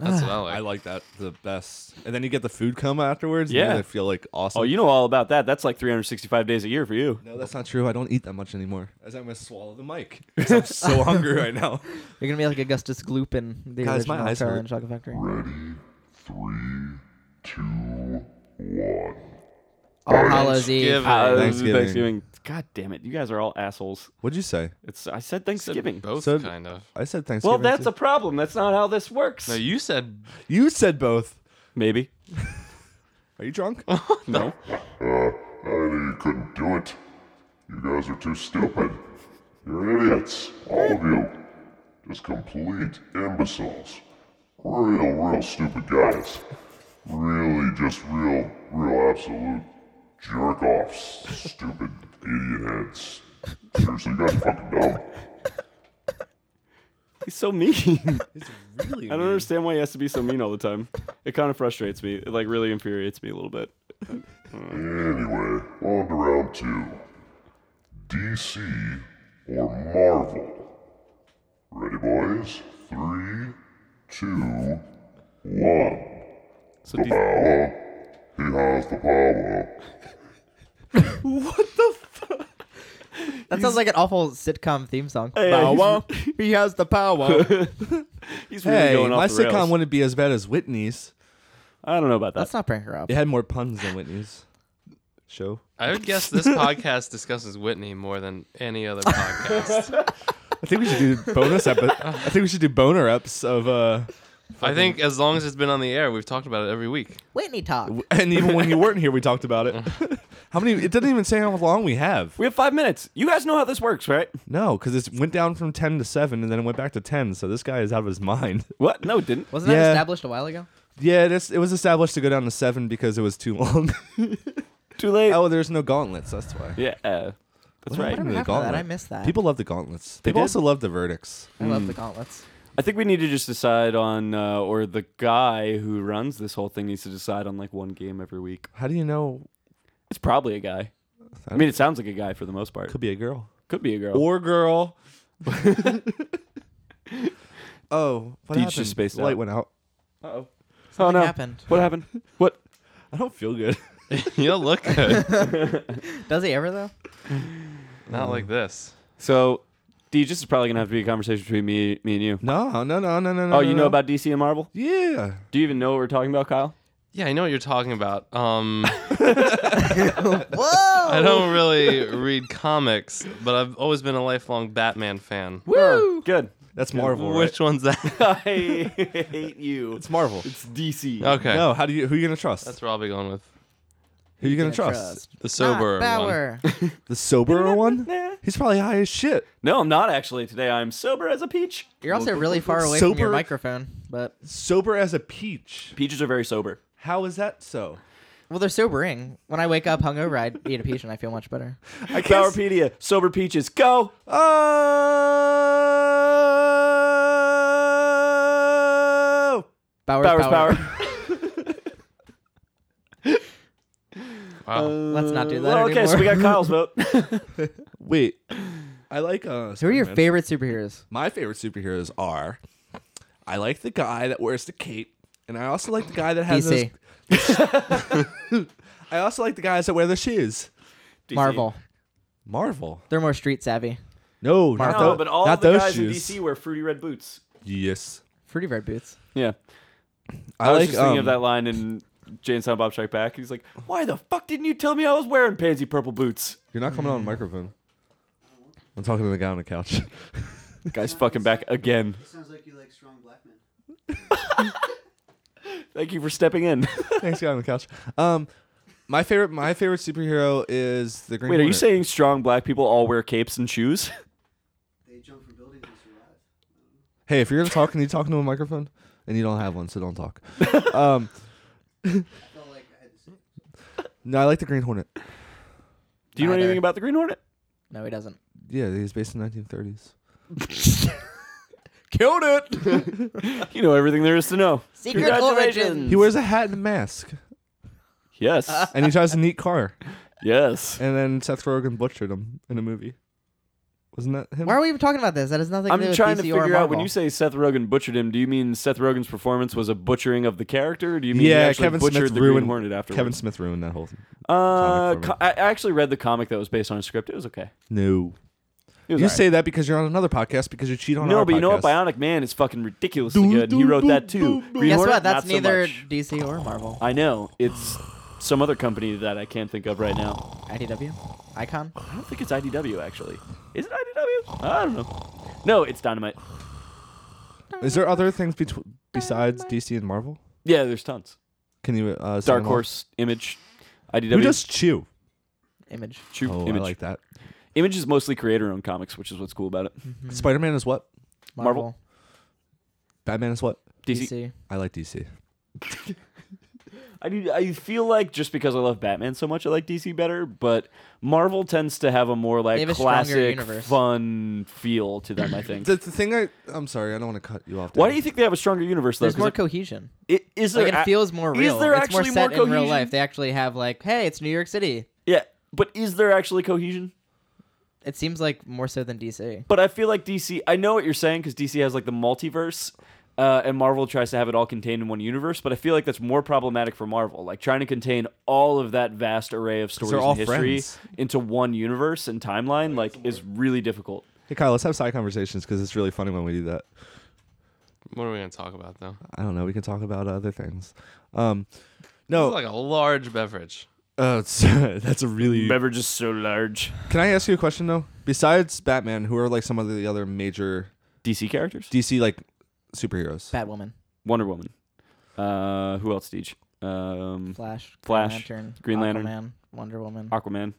Speaker 2: Ah,
Speaker 4: That's what I
Speaker 3: I
Speaker 4: like.
Speaker 3: like that the best. And then you get the food come afterwards.
Speaker 2: Yeah.
Speaker 3: and then I feel like awesome.
Speaker 2: Oh, you know all about that. That's like 365 days a year for you.
Speaker 3: No, that's not true. I don't eat that much anymore. As I'm gonna swallow the mic. 'Cause I'm so hungry right now.
Speaker 6: You're gonna be like Augustus Gloop in the
Speaker 3: Guys, my
Speaker 6: original
Speaker 3: eyes
Speaker 6: Charlie
Speaker 3: hurt.
Speaker 6: and the Chocolate Factory.
Speaker 5: Ready? Three, two, one.
Speaker 6: All Hallows Eve.
Speaker 4: Thanksgiving.
Speaker 2: Uh,
Speaker 3: Thanksgiving.
Speaker 2: Thanksgiving. God damn it. You guys are all assholes.
Speaker 3: What'd you say?
Speaker 2: It's I said Thanksgiving.
Speaker 4: Both
Speaker 3: So-
Speaker 4: kind of.
Speaker 3: I said Thanksgiving.
Speaker 2: well, that's
Speaker 3: too.
Speaker 2: a problem. That's not how this works.
Speaker 4: No, you said
Speaker 3: You said both.
Speaker 2: Maybe.
Speaker 3: Are you
Speaker 2: <laughs>
Speaker 3: drunk?
Speaker 2: No.
Speaker 5: Uh, I knew you couldn't do it. You guys are too stupid. You're idiots, all of you. Just complete imbeciles. Real, real stupid guys. Really, just real, real absolute jerk offs. Stupid <laughs> idiot heads. Seriously, you guys are fucking dumb.
Speaker 2: He's so <laughs> mean.
Speaker 3: it's really.
Speaker 2: I don't understand why he has to be so mean all the time. It kind of frustrates me. It like really infuriates me a little bit.
Speaker 5: Anyway, on to round two. DC or Marvel? Ready, boys? Three, two, one.
Speaker 2: So
Speaker 5: The
Speaker 2: do you-
Speaker 5: power. He has the power.
Speaker 6: That sounds like an awful sitcom theme song.
Speaker 2: yeah,
Speaker 3: <laughs>
Speaker 6: Power. he has the power.
Speaker 2: he's really
Speaker 3: Hey,
Speaker 2: going
Speaker 3: my
Speaker 2: off the
Speaker 3: sitcom
Speaker 2: rails.
Speaker 3: wouldn't be as bad as Whitney's.
Speaker 2: I don't know about that.
Speaker 6: Let's not prank her up.
Speaker 3: It had more puns than Whitney's show.
Speaker 4: I would guess
Speaker 3: <laughs>
Speaker 4: this podcast discusses Whitney more than any other podcast.
Speaker 3: I think we should
Speaker 2: <laughs>
Speaker 3: do bonus epi- I think we should do boner ups of uh
Speaker 4: I think as long as it's been on the air, we've talked about it every week.
Speaker 6: Whitney talk.
Speaker 3: and even when you weren't here we talked
Speaker 2: <laughs>
Speaker 3: about it. how many it doesn't even say how long we have.
Speaker 2: We have five minutes. You guys know how this works, right?
Speaker 3: No, because it went down from ten to seven and then it went back to ten, so this guy is out of his mind. <laughs>
Speaker 2: What? No, it didn't.
Speaker 6: Wasn't
Speaker 3: Yeah.
Speaker 6: that established a while ago?
Speaker 3: Yeah, this it was established to go down to seven because it was too
Speaker 2: <laughs>
Speaker 3: long. <laughs>
Speaker 2: Too late.
Speaker 3: oh, there's no gauntlets, that's why.
Speaker 2: Yeah, uh, that's
Speaker 3: What
Speaker 2: right.
Speaker 3: happened to the
Speaker 6: happened to that?
Speaker 3: gauntlet?
Speaker 6: I missed that.
Speaker 3: People love the gauntlets. They've
Speaker 2: did?
Speaker 3: also loved the verdicts.
Speaker 6: I love the
Speaker 2: Hmm.
Speaker 6: gauntlets.
Speaker 2: I think we need to just decide on, uh, or the guy who runs this whole thing needs to decide on like one game every week.
Speaker 3: How do you know
Speaker 2: It's probably a guy. I mean, it sounds like a guy for the most part.
Speaker 3: could be a girl?
Speaker 2: Could be a girl.
Speaker 3: or <laughs> girl. oh, what
Speaker 2: Teach just
Speaker 3: happened?
Speaker 2: spaced
Speaker 3: Oh, Light
Speaker 2: out.
Speaker 3: went out.
Speaker 2: Uh-oh. oh
Speaker 6: Something
Speaker 2: no,
Speaker 6: happened.
Speaker 2: what happened? What?
Speaker 3: I don't feel good.
Speaker 4: you don't look good.
Speaker 6: Does he
Speaker 2: <laughs>
Speaker 6: ever though?
Speaker 4: Not like this.
Speaker 2: So, D, just is probably gonna have to be a conversation between me, me and you.
Speaker 3: <laughs> No, no, no, no, no, no.
Speaker 2: Oh, you
Speaker 3: no,
Speaker 2: know
Speaker 3: no.
Speaker 2: about DC and Marvel?
Speaker 3: Yeah.
Speaker 2: Do you even know what we're talking about, Kyle?
Speaker 4: Yeah, I know what you're talking about.
Speaker 3: <laughs>
Speaker 4: Um,
Speaker 6: Whoa!
Speaker 4: I
Speaker 3: Oh.
Speaker 4: don't really read comics, but I've always been a lifelong Batman fan.
Speaker 2: Woo! Oh, Good. <laughs>
Speaker 3: That's Marvel. right?
Speaker 4: Which one's that?
Speaker 2: I hate you.
Speaker 3: It's Marvel.
Speaker 2: It's DC.
Speaker 4: <laughs> okay,
Speaker 3: No, how do you? Who you gonna trust?
Speaker 4: that's where I'll be going with
Speaker 3: who you gonna,
Speaker 6: Gonna
Speaker 3: trust?
Speaker 6: trust.
Speaker 4: the sober one.
Speaker 6: Power.
Speaker 3: The soberer one? He's probably high as shit.
Speaker 2: No, I'm not actually today. I'm sober as a peach.
Speaker 6: You're also
Speaker 2: <laughs>
Speaker 6: really far away from
Speaker 3: Sober-
Speaker 6: your microphone, but
Speaker 3: Sober as a peach.
Speaker 2: Peaches are very sober.
Speaker 3: How is that so?
Speaker 6: well, they're sobering. When I wake up hungover, I eat a peach and I feel much better.
Speaker 3: I can't. s-
Speaker 2: Sourpedia, sober peaches, go.
Speaker 3: Ah. Oh.
Speaker 6: Bowers,
Speaker 2: Powers, power.
Speaker 4: Wow.
Speaker 6: Let's not do that
Speaker 2: Well, okay, so we
Speaker 6: anymore.
Speaker 2: got Kyle's
Speaker 3: <laughs>
Speaker 2: vote.
Speaker 3: Wait. I like uh.
Speaker 6: <laughs> Who are your
Speaker 3: Spider-Man.
Speaker 6: favorite superheroes?
Speaker 3: My favorite superheroes are. I like the guy that wears the cape, and I also like the guy that has
Speaker 6: DC,
Speaker 3: those. I also like the guys that wear the shoes.
Speaker 2: DC.
Speaker 6: Marvel.
Speaker 3: Marvel.
Speaker 6: They're more street savvy.
Speaker 3: No, not
Speaker 6: Marvel.
Speaker 2: No,
Speaker 3: tho-
Speaker 2: but all
Speaker 3: not
Speaker 2: the
Speaker 3: those
Speaker 2: guys
Speaker 3: shoes.
Speaker 2: in DC wear fruity red boots.
Speaker 3: Yes.
Speaker 6: Fruity red boots.
Speaker 2: Yeah,
Speaker 3: I,
Speaker 2: I, was
Speaker 3: like
Speaker 2: just thinking
Speaker 3: um,
Speaker 2: of that line in Jay and Silent Bob Strike Back. He's like, "Why the fuck didn't you tell me I was wearing pansy purple boots?"
Speaker 3: You're not coming on the
Speaker 2: <laughs>
Speaker 3: microphone. I'm talking to the guy on the couch. <laughs>
Speaker 2: Guys, fucking back again.
Speaker 7: Sounds like you like strong black men.
Speaker 2: <laughs> Thank you for stepping in.
Speaker 3: Thanks, guy on the couch. Um, my favorite, my favorite superhero is the Green.
Speaker 2: Wait, are you
Speaker 3: Hornet.
Speaker 2: saying strong black people all wear capes and shoes? <laughs>
Speaker 7: They jump from buildings and survive.
Speaker 3: Hey, if you're gonna talk, can you talk into a microphone? And you don't have one, so don't
Speaker 2: <laughs>
Speaker 3: talk. um, <laughs>
Speaker 7: I felt like I had to say.
Speaker 3: no, I like the Green Hornet.
Speaker 2: Do you know
Speaker 6: Neither.
Speaker 2: anything about the Green Hornet?
Speaker 6: No, he doesn't.
Speaker 3: Yeah, he's based in 1930s.
Speaker 6: Killed it.
Speaker 2: You know everything there is to know.
Speaker 6: Secret
Speaker 2: Congratulations.
Speaker 6: origin.
Speaker 3: He wears a hat and a mask,
Speaker 2: Yes.
Speaker 7: <laughs>
Speaker 3: and he drives a neat car.
Speaker 2: yes.
Speaker 3: And then Seth Rogen butchered him in a movie. Wasn't that him?
Speaker 6: Why are we even talking about this? That has nothing to do
Speaker 2: I'm
Speaker 6: with
Speaker 2: trying to
Speaker 6: DC or
Speaker 2: figure out when
Speaker 6: Marvel.
Speaker 2: you say Seth Rogen butchered him, do you mean Seth Rogen's performance was a butchering of the character? Or do you mean he
Speaker 3: yeah,
Speaker 2: actually
Speaker 3: Kevin
Speaker 2: butchered
Speaker 3: Smith
Speaker 2: the Green
Speaker 3: ruined
Speaker 2: Hornet afterwards?
Speaker 3: Kevin Smith ruined that whole thing.
Speaker 2: Uh,
Speaker 3: comic
Speaker 2: co-
Speaker 3: for
Speaker 2: I I actually read the comic that was based on a script. It was okay.
Speaker 3: No,
Speaker 2: It was
Speaker 3: you
Speaker 2: alright.
Speaker 3: say that because you're on another podcast because you cheat on
Speaker 2: no,
Speaker 3: our
Speaker 2: but you know what?
Speaker 3: podcast.
Speaker 2: Bionic Man is fucking ridiculously good. He wrote that too. Green
Speaker 6: Guess
Speaker 2: Hornet,
Speaker 6: what? That's
Speaker 2: not so
Speaker 6: neither
Speaker 2: much.
Speaker 6: DC or Marvel.
Speaker 2: I know it's some other company that I can't think of right now.
Speaker 6: IDW, Icon.
Speaker 2: I don't think it's IDW actually. Is it IDW? I don't know. No, it's Dynamite.
Speaker 3: Is there other things betw besides DC and Marvel?
Speaker 2: Yeah, there's tons.
Speaker 3: Can you uh, say
Speaker 2: Dark
Speaker 3: them all?
Speaker 2: Horse, Image, IDW.
Speaker 3: Who does Chew?
Speaker 6: Image.
Speaker 2: Chew,
Speaker 3: Oh,
Speaker 2: Image.
Speaker 3: I like that.
Speaker 2: Image is mostly creator-owned comics, which is what's cool about it.
Speaker 3: Spider Man is what?
Speaker 2: Marvel.
Speaker 6: Marvel.
Speaker 3: Batman is what?
Speaker 2: DC.
Speaker 6: DC.
Speaker 3: I like DC.
Speaker 2: I do- I feel like just because I love Batman so much, I like DC better. But Marvel tends to have a more
Speaker 6: They
Speaker 2: like
Speaker 6: have a stronger
Speaker 2: classic,
Speaker 6: universe.
Speaker 2: fun feel to them. I think.
Speaker 3: <clears throat> The, the thing I, I'm sorry, I don't want to cut you off.
Speaker 2: Why do
Speaker 3: Dan.
Speaker 2: you think they have a stronger universe though?
Speaker 6: There's
Speaker 2: 'Cause
Speaker 6: more
Speaker 2: it-
Speaker 6: cohesion.
Speaker 2: it, is there
Speaker 6: Like
Speaker 2: a-
Speaker 6: it feels more
Speaker 2: is
Speaker 6: real.
Speaker 2: there
Speaker 6: it's more
Speaker 2: actually
Speaker 6: set
Speaker 2: more
Speaker 6: in real
Speaker 2: cohesion?
Speaker 6: life. They actually have like, hey, it's New York City.
Speaker 2: yeah, but is there actually cohesion?
Speaker 6: It seems like more so than DC.
Speaker 2: But I feel like DC. I know what you're saying because DC has like the multiverse, uh, and Marvel tries to have it all contained in one universe. But I feel like that's more problematic for Marvel, like trying to contain all of that vast array of stories
Speaker 3: they're all
Speaker 2: and history
Speaker 3: friends.
Speaker 2: into one universe and timeline. Like, is really difficult.
Speaker 3: Hey Kyle, let's have side conversations because it's really funny when we do that.
Speaker 4: What are we gonna talk about though?
Speaker 3: I don't know. We can talk about other things. Um,
Speaker 4: This
Speaker 3: no,
Speaker 4: is like a large beverage.
Speaker 3: uh, <laughs> it's- that's a really.
Speaker 2: Beverage is so large.
Speaker 3: Can I ask you a question though? Besides Batman, who are like some of the other major
Speaker 2: DC characters.
Speaker 3: DC like superheroes?
Speaker 6: Batwoman,
Speaker 2: Wonder Woman. Uh, who else? Deej. Um,
Speaker 6: Flash,
Speaker 2: Flash,
Speaker 6: Green Lantern,
Speaker 2: Green Lantern.
Speaker 6: Aquaman, Wonder Woman.
Speaker 2: Aquaman.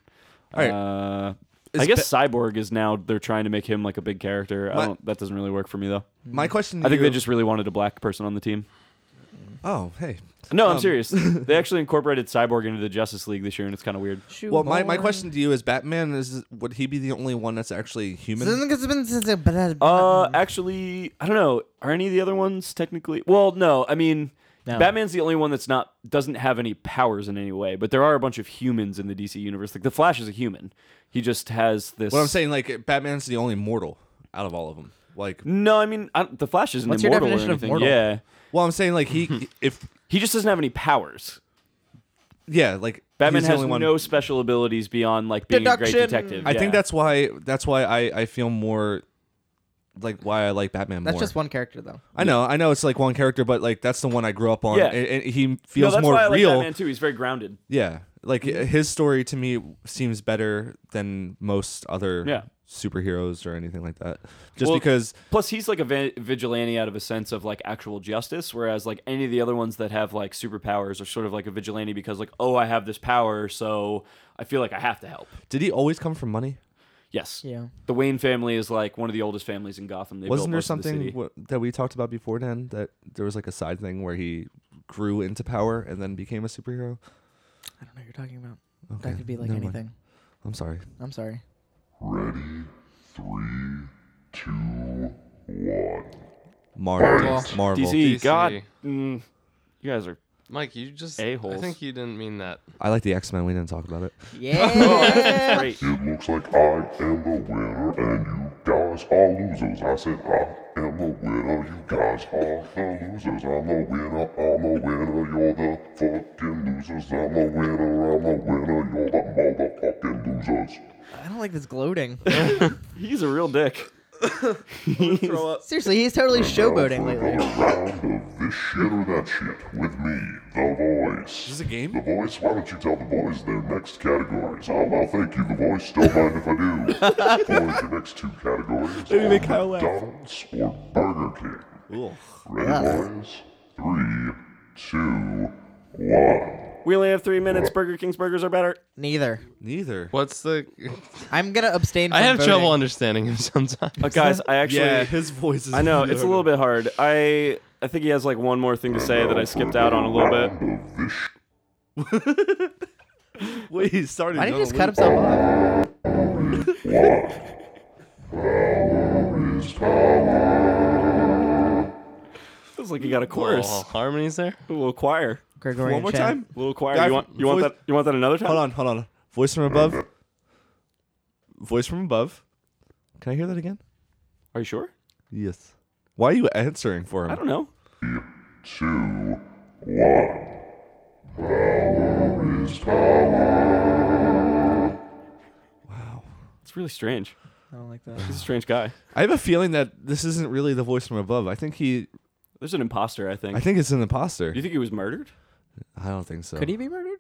Speaker 3: All right.
Speaker 2: Uh,
Speaker 3: Is
Speaker 2: I guess Cyborg is now. They're trying to make him like a big character.
Speaker 3: My-
Speaker 2: I don't. That doesn't really work for me though.
Speaker 6: Hmm.
Speaker 3: Ba- my question. to
Speaker 2: I think
Speaker 3: you-
Speaker 2: they just really wanted a black person on the team.
Speaker 6: Hmm.
Speaker 3: Oh, hey.
Speaker 2: No, I'm
Speaker 3: Um, <laughs>
Speaker 2: serious. they actually incorporated Cyborg into the Justice League this year, and it's kind of weird.
Speaker 3: Well, my, my
Speaker 6: <laughs>
Speaker 3: question to you is: Batman is would he be the only one that's actually human?
Speaker 2: Uh,
Speaker 3: Um,
Speaker 2: actually, I don't know. Are any of the other ones technically? Well, no. I mean,
Speaker 6: No.
Speaker 2: Batman's the only one that's not doesn't have any powers in any way. But there are a bunch of humans in the DC universe. Like the Flash is a human. He just has this.
Speaker 3: What I'm saying, like Batman's the only mortal out of all of them. like
Speaker 2: No, I mean I, the Flash isn't
Speaker 6: What's your
Speaker 2: immortal or
Speaker 6: definition of
Speaker 2: anything.
Speaker 6: mortal?
Speaker 2: Yeah,
Speaker 3: well i'm saying like
Speaker 2: <laughs>
Speaker 3: he if
Speaker 2: he just doesn't have any powers.
Speaker 3: yeah like
Speaker 2: Batman
Speaker 3: he's the
Speaker 2: has
Speaker 3: only one
Speaker 2: no special abilities beyond like being a
Speaker 6: Deduction.
Speaker 2: great detective.
Speaker 3: i think
Speaker 2: Yeah.
Speaker 3: that's why that's why i i feel more like why i like batman
Speaker 6: That's
Speaker 3: more
Speaker 6: just one character though.
Speaker 3: i know i know it's like one character but like that's the one i grew up on
Speaker 2: Yeah.
Speaker 3: and, and he
Speaker 2: No,
Speaker 3: feels
Speaker 2: that's
Speaker 3: more
Speaker 2: why I like
Speaker 3: real
Speaker 2: Batman too. He's very grounded.
Speaker 3: yeah like his story to me seems better than most other
Speaker 2: Yeah.
Speaker 3: superheroes or anything like that just
Speaker 2: Well,
Speaker 3: because
Speaker 2: Plus, he's like a va- vigilante out of a sense of like actual justice, whereas like any of the other ones that have like superpowers are sort of like a vigilante because like oh I have this power, so I feel like I have to help.
Speaker 3: did he always come from money
Speaker 2: Yes.
Speaker 6: Yeah.
Speaker 2: The Wayne family is like one of the oldest families in Gotham. They built
Speaker 3: wasn't there
Speaker 2: most of the
Speaker 3: something
Speaker 2: city.
Speaker 3: w- that we talked about before then that there was like a side thing where he grew into power and then became a superhero
Speaker 6: I don't know what you're talking about.
Speaker 3: Okay,
Speaker 6: That could be like
Speaker 3: never mind.
Speaker 6: anything.
Speaker 3: i'm sorry
Speaker 6: I'm sorry.
Speaker 5: Ready? Three, two, one.
Speaker 3: marvel
Speaker 4: Marvel.
Speaker 3: marvel
Speaker 2: DC,
Speaker 4: DC.
Speaker 2: God, mm, you guys are.
Speaker 4: Mike, you just
Speaker 2: A-holes.
Speaker 4: I think you didn't mean that.
Speaker 3: i like the x-men we didn't talk about it
Speaker 6: <laughs> Yeah.
Speaker 2: Great.
Speaker 5: It looks like I am the winner and you guys are losers. I said I am the winner, you guys are the losers. I'm the winner, I'm the winner, you're the fucking losers. I'm the winner, I'm the winner, you're the motherfucking losers.
Speaker 6: <laughs> I don't like this gloating.
Speaker 2: He's a real dick.
Speaker 6: Seriously, he's totally showboating
Speaker 5: Now for
Speaker 6: lately.
Speaker 5: Another round of this shit or that shit with me, the voice.
Speaker 3: is a game?
Speaker 5: The voice. Why don't you tell the boys their next categories? Oh, well, thank you, the voice. Don't mind if I do. Boys, your next two categories Maybe are
Speaker 3: make Kyle laugh.
Speaker 5: McDonald's or Burger King.
Speaker 3: cool
Speaker 5: Ready, boys? Three, two, one.
Speaker 2: We only have three minutes. Burger King's burgers are better.
Speaker 6: Neither.
Speaker 3: neither
Speaker 4: What's the?
Speaker 6: I'm gonna abstain. From
Speaker 4: I have
Speaker 6: voting.
Speaker 4: trouble understanding him <laughs> sometimes.
Speaker 2: Uh, guys, I actually.
Speaker 3: yeah his voice is
Speaker 2: I know it's a little bit hard. I I think he has like one more thing to say that I skipped out on a little bit.
Speaker 5: Round of this shit
Speaker 3: wait he started
Speaker 6: Why did he
Speaker 3: another
Speaker 6: just cut
Speaker 3: loop.
Speaker 6: himself off?
Speaker 5: is power.
Speaker 2: Feels like you got a chorus,
Speaker 4: Little Oh, harmonies there. <laughs>
Speaker 2: a little choir,
Speaker 6: Gregorian
Speaker 3: one more
Speaker 6: chant.
Speaker 3: time
Speaker 2: a little choir.
Speaker 3: Guy
Speaker 2: you
Speaker 3: from-
Speaker 2: want you want
Speaker 3: voice-
Speaker 2: that you want that another time?
Speaker 3: hold on hold on voice from above voice from above can i hear that again
Speaker 2: Are you sure?
Speaker 3: yes why are you answering for him
Speaker 2: I don't know.
Speaker 5: Two, one. Power is power.
Speaker 2: It's really strange.
Speaker 6: I don't like that.
Speaker 2: He's a strange guy.
Speaker 3: I have a feeling that this isn't really the voice from above i think he
Speaker 2: There's an imposter, I think.
Speaker 3: i think it's an imposter
Speaker 2: Do you think he was murdered?
Speaker 3: i don't think so
Speaker 6: Could he be murdered?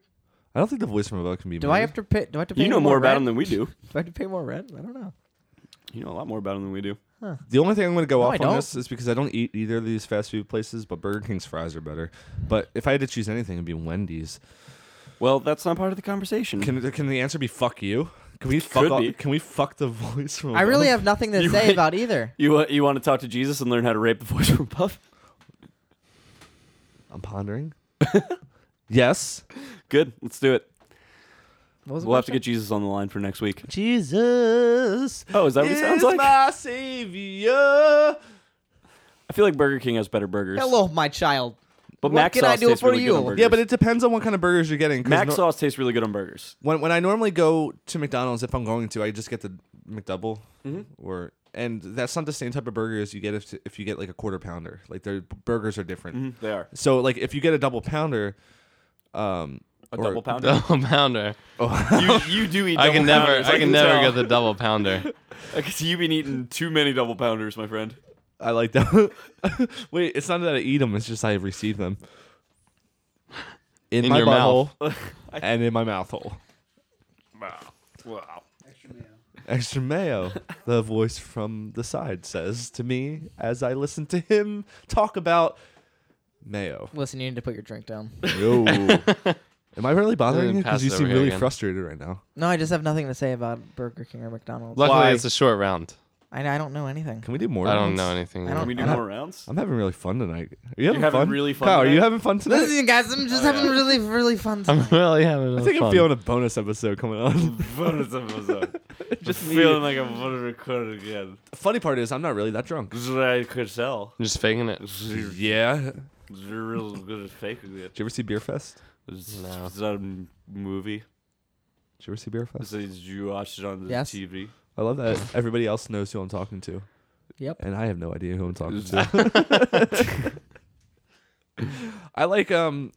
Speaker 3: I don't think the voice from above can be.
Speaker 6: Do
Speaker 3: murdered.
Speaker 6: I have to pay? Do I have to pay?
Speaker 2: You know
Speaker 6: any
Speaker 2: more about
Speaker 6: rent?
Speaker 2: him than we do.
Speaker 6: <laughs> Do I have to pay more rent? I don't know.
Speaker 2: You know a lot more about him than we do.
Speaker 3: The only thing I'm going to go
Speaker 6: No, I
Speaker 3: off on
Speaker 6: don't.
Speaker 3: this is because I don't eat either of these fast food places, but Burger King's fries are better. But if I had to choose anything, it'd be Wendy's.
Speaker 2: Well, that's not part of the conversation.
Speaker 3: Can can the answer be fuck you? Can we fuck?
Speaker 2: could
Speaker 3: off-
Speaker 2: be.
Speaker 3: Can we fuck the <laughs> voice from?
Speaker 6: I really
Speaker 3: above?
Speaker 6: have nothing to
Speaker 2: Oh, You
Speaker 6: say
Speaker 2: might-
Speaker 6: about either.
Speaker 2: you uh, you want to talk to Jesus and learn how to rape the voice from above? <laughs>
Speaker 3: I'm pondering. yes.
Speaker 2: Good, let's do it.
Speaker 6: What was the
Speaker 2: We'll have to
Speaker 6: question?
Speaker 2: get Jesus on the line for next week.
Speaker 3: Jesus.
Speaker 2: Oh, is that what he sounds like?
Speaker 3: my savior.
Speaker 2: I feel like Burger King has better burgers.
Speaker 6: Hello, my child.
Speaker 2: But
Speaker 6: What
Speaker 2: Mac
Speaker 6: can I
Speaker 2: sauce
Speaker 6: do
Speaker 2: tastes
Speaker 6: for
Speaker 2: really good on
Speaker 6: you?
Speaker 2: burgers.
Speaker 3: Yeah, but it depends on what kind of burgers you're getting. 'cause
Speaker 2: Mac
Speaker 3: nor-
Speaker 2: sauce tastes really good on burgers.
Speaker 3: when when I normally go to McDonald's, if I'm going to, I just get the McDouble,
Speaker 2: Mm-hmm.
Speaker 3: or and that's not the same type of burger as you get if if you get like a quarter pounder. Like their burgers are different.
Speaker 2: They are.
Speaker 3: So like if you get a double pounder, um,
Speaker 2: A
Speaker 3: or-
Speaker 2: double pounder.
Speaker 4: <laughs> Double pounder.
Speaker 2: you, you do eat.
Speaker 4: I
Speaker 2: double
Speaker 4: can never.
Speaker 2: pounders,
Speaker 4: I can never
Speaker 2: tell.
Speaker 4: get the double pounder.
Speaker 2: <laughs> I can see you've been eating too many double pounders, my friend.
Speaker 3: I like that. <laughs> Wait, it's not that I eat them; it's just I receive them in,
Speaker 4: In
Speaker 3: my
Speaker 4: your
Speaker 3: butthole
Speaker 4: mouth. <laughs>
Speaker 3: and in my mouth hole.
Speaker 2: Wow.
Speaker 7: Extra mayo.
Speaker 3: Extra mayo, the voice from the side says to me as I listen to him talk about mayo.
Speaker 6: Listen, you need to put your drink down.
Speaker 4: <laughs>
Speaker 3: Yo. Am I really bothering
Speaker 4: then
Speaker 3: you? Because
Speaker 4: pass
Speaker 3: you
Speaker 4: it over
Speaker 3: seem
Speaker 4: here
Speaker 3: really
Speaker 4: again.
Speaker 3: frustrated right now.
Speaker 6: No, I just have nothing to say about Burger King or McDonald's.
Speaker 4: Luckily,
Speaker 3: Why?
Speaker 4: it's a short round.
Speaker 6: I, I don't know anything.
Speaker 3: Can we do more?
Speaker 4: I don't
Speaker 3: rounds?
Speaker 4: know anything.
Speaker 6: I
Speaker 4: yet. <laughs>
Speaker 2: Can we do
Speaker 3: I'm not-
Speaker 2: more <laughs> rounds?
Speaker 3: I'm having really fun tonight. Are you having,
Speaker 2: having
Speaker 3: fun?
Speaker 2: really fun
Speaker 3: Kyle, are you
Speaker 2: tonight?
Speaker 3: having fun tonight?
Speaker 6: Listen, guys, I'm
Speaker 2: Oh,
Speaker 6: just having really, really fun
Speaker 4: I'm
Speaker 6: time.
Speaker 4: really having.
Speaker 3: I think I'm feeling a bonus episode coming on.
Speaker 2: bonus episode. <laughs> Just
Speaker 3: me.
Speaker 2: feeling like I'm gonna record again.
Speaker 3: the funny part is I'm not really that drunk.
Speaker 2: This is what I could sell.
Speaker 4: I'm just faking it.
Speaker 3: Yeah. Did
Speaker 2: You're real good at faking it.
Speaker 3: you ever see Beer Fest?
Speaker 2: It's,
Speaker 4: No.
Speaker 2: it's not a m- movie.
Speaker 3: Did you ever see Beer Fest?
Speaker 2: It's, it's- you watched it on the
Speaker 6: Yes.
Speaker 2: TV. <laughs>
Speaker 3: I love that everybody else knows who I'm talking to.
Speaker 6: Yep.
Speaker 3: and I have no idea who I'm talking to.
Speaker 2: <laughs>
Speaker 3: I like um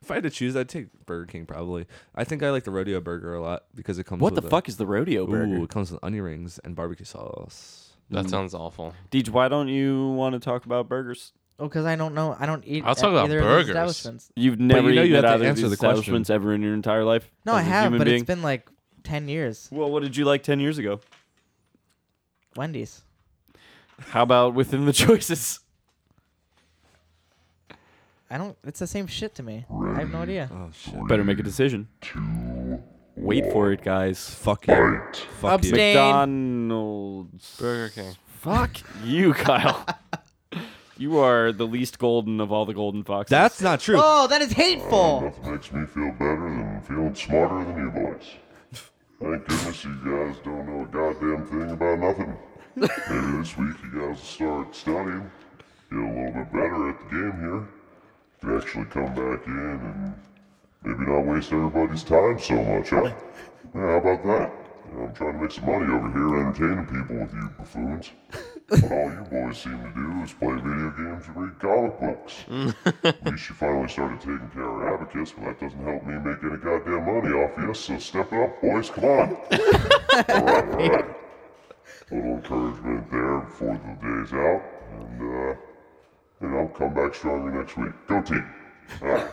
Speaker 3: if I had to choose, I'd take Burger King probably. I think I like the rodeo burger a lot because it comes
Speaker 2: What the
Speaker 3: with a-
Speaker 2: fuck is the rodeo
Speaker 3: Ooh,
Speaker 2: burger?
Speaker 3: it comes with onion rings and barbecue sauce.
Speaker 2: Mm.
Speaker 4: That sounds awful.
Speaker 2: Deej, why don't you want to talk about burgers?
Speaker 6: <laughs> Oh, because I don't know. I don't eat.
Speaker 4: I'll
Speaker 6: at
Speaker 4: talk about
Speaker 6: either of these
Speaker 4: burgers.
Speaker 6: establishments.
Speaker 2: You've never
Speaker 3: you know
Speaker 2: eaten
Speaker 3: you
Speaker 2: at
Speaker 3: have to
Speaker 2: either of
Speaker 3: answer
Speaker 2: these
Speaker 3: the question.
Speaker 2: establishments ever in your entire life.
Speaker 6: No, I
Speaker 2: as a
Speaker 6: have,
Speaker 2: human
Speaker 6: but
Speaker 2: being?
Speaker 6: it's been like ten years.
Speaker 2: Well, what did you like ten years ago?
Speaker 6: Wendy's.
Speaker 2: How about within the <laughs> choices?
Speaker 6: I don't. It's the same shit to me. I have no idea.
Speaker 3: Oh shit.
Speaker 2: Better make a decision. Wait for it, guys.
Speaker 3: Fuck you. Fuck you.
Speaker 6: Abstain.
Speaker 2: McDonald's.
Speaker 4: Burger King.
Speaker 2: Fuck you, Kyle. <laughs> you are the least golden of all the golden foxes.
Speaker 3: That's not true.
Speaker 6: Oh, that is hateful.
Speaker 5: Nothing makes me feel better than feeling smarter than you boys. Thank goodness you guys don't know a goddamn thing about nothing. Maybe this week you guys will start studying, get a little bit better at the game here, to actually come back in and maybe not waste everybody's time so much, huh? Yeah, how about that? You know, I'm trying to make some money over here entertaining people with you buffoons. But all you boys seem to do is play video games and read comic books. At least you finally started taking care of Abacus, but that doesn't help me make any goddamn money off you, so step it up, boys, come on. alright, alright. A little encouragement there before the day's out, and, uh, you know, come back stronger next week. Go team. Alright.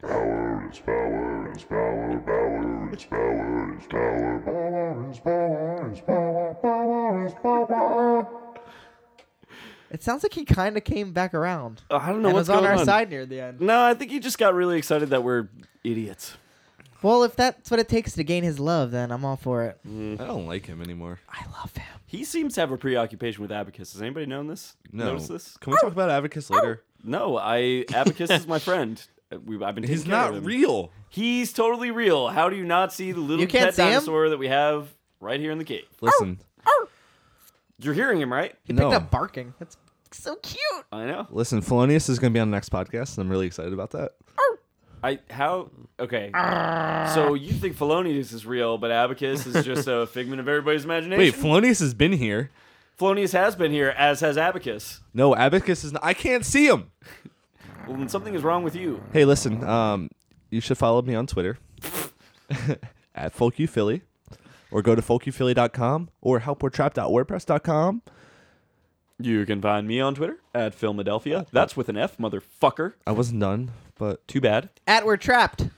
Speaker 5: Power is power is power, power is power is power, power is power is power, power is power.
Speaker 6: It sounds like he kind of came back around.
Speaker 2: I don't know
Speaker 6: and
Speaker 2: what's
Speaker 6: was on
Speaker 2: going
Speaker 6: our
Speaker 2: on.
Speaker 6: side near the end.
Speaker 2: No, I think you just got really excited that we're idiots.
Speaker 6: Well, if that's what it takes to gain his love, then I'm all for it.
Speaker 3: I don't like him anymore.
Speaker 6: I love him.
Speaker 2: He seems to have a preoccupation with Abacus. Has anybody known this?
Speaker 3: No.
Speaker 2: Notice this?
Speaker 3: Can we talk about Abacus later?
Speaker 2: No, I Abacus is my friend. Uh, We, I've been taking
Speaker 3: He's
Speaker 2: care of him.
Speaker 3: not real.
Speaker 2: He's totally real. How do you not see the little
Speaker 6: You can't
Speaker 2: pet
Speaker 6: see him?
Speaker 2: dinosaur that we have right here in the cave?
Speaker 3: Listen.
Speaker 2: You're hearing him, right?
Speaker 6: He
Speaker 3: No.
Speaker 6: picked up barking. That's so cute.
Speaker 2: I know.
Speaker 3: Listen, Felonious is going to be on the next podcast, and I'm really excited about that.
Speaker 2: I how okay. So you think Felonius is real, but Abacus is just <laughs> a figment of everybody's
Speaker 3: Wait,
Speaker 2: imagination.
Speaker 3: Felonious has been here.
Speaker 2: Felonius has been here, as has Abacus.
Speaker 3: No, Abacus is not. I can't see him.
Speaker 2: Well, then something is wrong with you.
Speaker 3: Hey, listen. Um, you should follow me on Twitter <laughs> at folkyphilly, or go to folkyphilly.com or helpweretrapped.wordpress.com.
Speaker 2: You can find me on Twitter at Philadelphia. That's with an F, motherfucker.
Speaker 3: I wasn't done, but
Speaker 2: Too bad.
Speaker 6: At we're trapped.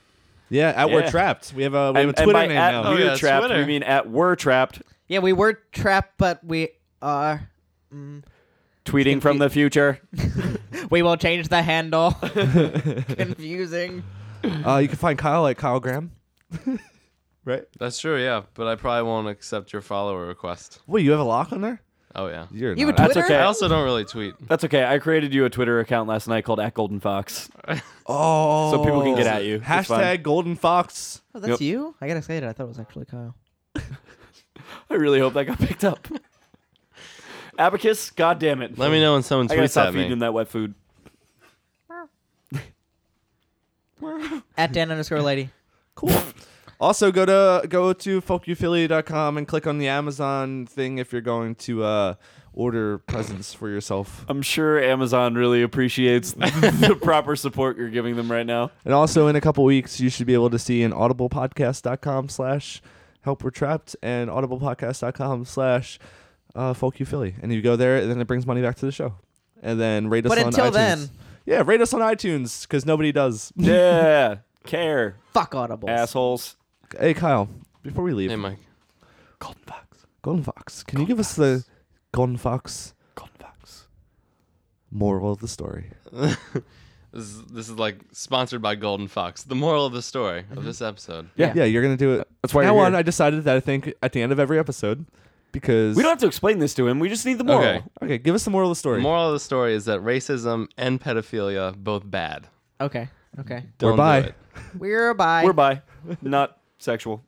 Speaker 3: yeah, at We're
Speaker 2: Yeah.
Speaker 3: Trapped. We have a we have a
Speaker 2: And- and
Speaker 3: Twitter
Speaker 2: by
Speaker 3: name
Speaker 2: at
Speaker 3: now.
Speaker 4: Oh,
Speaker 2: We're
Speaker 4: yeah, it's
Speaker 2: trapped.
Speaker 4: Twitter.
Speaker 2: We mean at we're trapped.
Speaker 6: Yeah, we were trapped, but we are.
Speaker 2: Tweeting from the future.
Speaker 6: We will change
Speaker 2: <laughs>
Speaker 6: the handle. Confusing.
Speaker 3: Uh, you can find Kyle at Kyle Graham. <laughs> right?
Speaker 4: That's true, yeah. But I probably won't accept your follower request.
Speaker 3: Wait, you have a lock on there?
Speaker 4: Oh yeah.
Speaker 3: You're
Speaker 6: You
Speaker 3: not.
Speaker 6: have a
Speaker 2: That's
Speaker 6: Twitter?
Speaker 2: okay.
Speaker 4: I also don't really tweet.
Speaker 2: That's okay. I created you a Twitter account last night called at Golden Fox,
Speaker 3: oh,
Speaker 2: so people can get at you. It's fine.
Speaker 3: Hashtag Golden Fox.
Speaker 6: Oh, that's
Speaker 2: Yep.
Speaker 6: you? I got excited. I thought it was actually Kyle.
Speaker 2: I really hope that got picked <laughs> up. Abacus, god damn it.
Speaker 4: Let me know when someone
Speaker 2: I gotta
Speaker 4: tweets
Speaker 2: stop
Speaker 4: at
Speaker 2: feeding him
Speaker 4: me.
Speaker 2: that wet food.
Speaker 6: At Dan underscore lady.
Speaker 3: Cool. also, go to go to folkyouphilly.com and click on the Amazon thing if you're going to uh, order presents for yourself.
Speaker 2: I'm sure Amazon really appreciates <laughs> the proper support you're giving them right now.
Speaker 3: And also, in a couple weeks, you should be able to see an audiblepodcast.com slash help we're trapped and audiblepodcast.com slash uh, folkyouphilly. And you go there, and then it brings money back to the show. And then rate us
Speaker 6: But
Speaker 3: on
Speaker 6: until
Speaker 3: iTunes.
Speaker 6: then-
Speaker 3: Yeah, rate us on iTunes because nobody does.
Speaker 2: <laughs> Yeah. Care,
Speaker 6: Fuck audibles.
Speaker 2: assholes.
Speaker 3: Hey, Kyle, before we leave,
Speaker 4: Hey Mike. <laughs>
Speaker 2: Golden Fox.
Speaker 3: Golden Fox, can you give us the Golden Fox
Speaker 2: Golden Fox.
Speaker 3: moral of the story?
Speaker 4: This is, this is like sponsored by Golden Fox. The moral of the story of this episode.
Speaker 3: Yeah, yeah, you're gonna do it.
Speaker 2: Uh, That's why
Speaker 3: now
Speaker 2: you're
Speaker 3: on,
Speaker 2: here.
Speaker 3: I decided that I think at the end of every episode, because
Speaker 2: We don't have to explain this to him. We just need the moral.
Speaker 4: Okay.
Speaker 3: Okay, give us the moral of the
Speaker 4: The
Speaker 3: story.
Speaker 4: moral of the story is that racism and pedophilia both bad.
Speaker 6: Okay. Okay.
Speaker 4: Don't
Speaker 3: bye.
Speaker 4: do it.
Speaker 6: We're a bye.
Speaker 2: We're by. Not sexual.